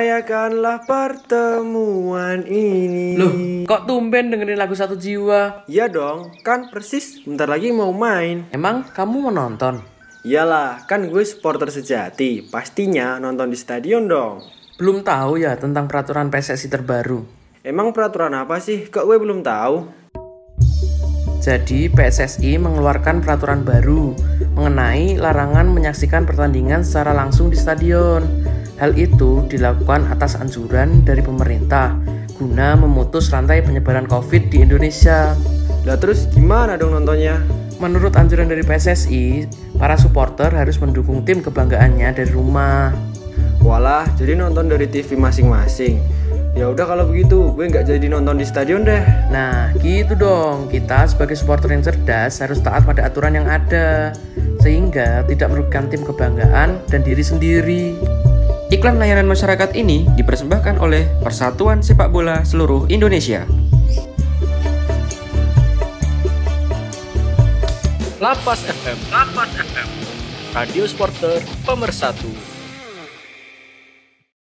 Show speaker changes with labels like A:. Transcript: A: Rayakanlah pertemuan ini.
B: Loh, kok tumben dengerin lagu Satu Jiwa?
A: Iya dong, kan persis bentar lagi mau main.
B: Emang kamu menonton?
A: Iyalah, kan gue supporter sejati. Pastinya nonton di stadion dong.
B: Belum tahu ya tentang peraturan PSSI terbaru.
A: Emang peraturan apa sih? Kok gue belum tahu?
B: Jadi PSSI mengeluarkan peraturan baru mengenai larangan menyaksikan pertandingan secara langsung di stadion. Hal itu dilakukan atas anjuran dari pemerintah guna memutus rantai penyebaran COVID di Indonesia.
A: Lah terus gimana dong nontonnya?
B: Menurut anjuran dari PSSI, para supporter harus mendukung tim kebanggaannya dari rumah.
A: Walah, jadi nonton dari TV masing-masing. Ya udah kalau begitu, gue nggak jadi nonton di stadion deh.
B: Nah, gitu dong. Kita sebagai supporter yang cerdas harus taat pada aturan yang ada sehingga tidak merugikan tim kebanggaan dan diri sendiri.
C: Iklan layanan masyarakat ini dipersembahkan oleh Persatuan Sepak Bola Seluruh Indonesia.
D: Lapas FM. Lapas FM. Radio Sporter Pemersatu.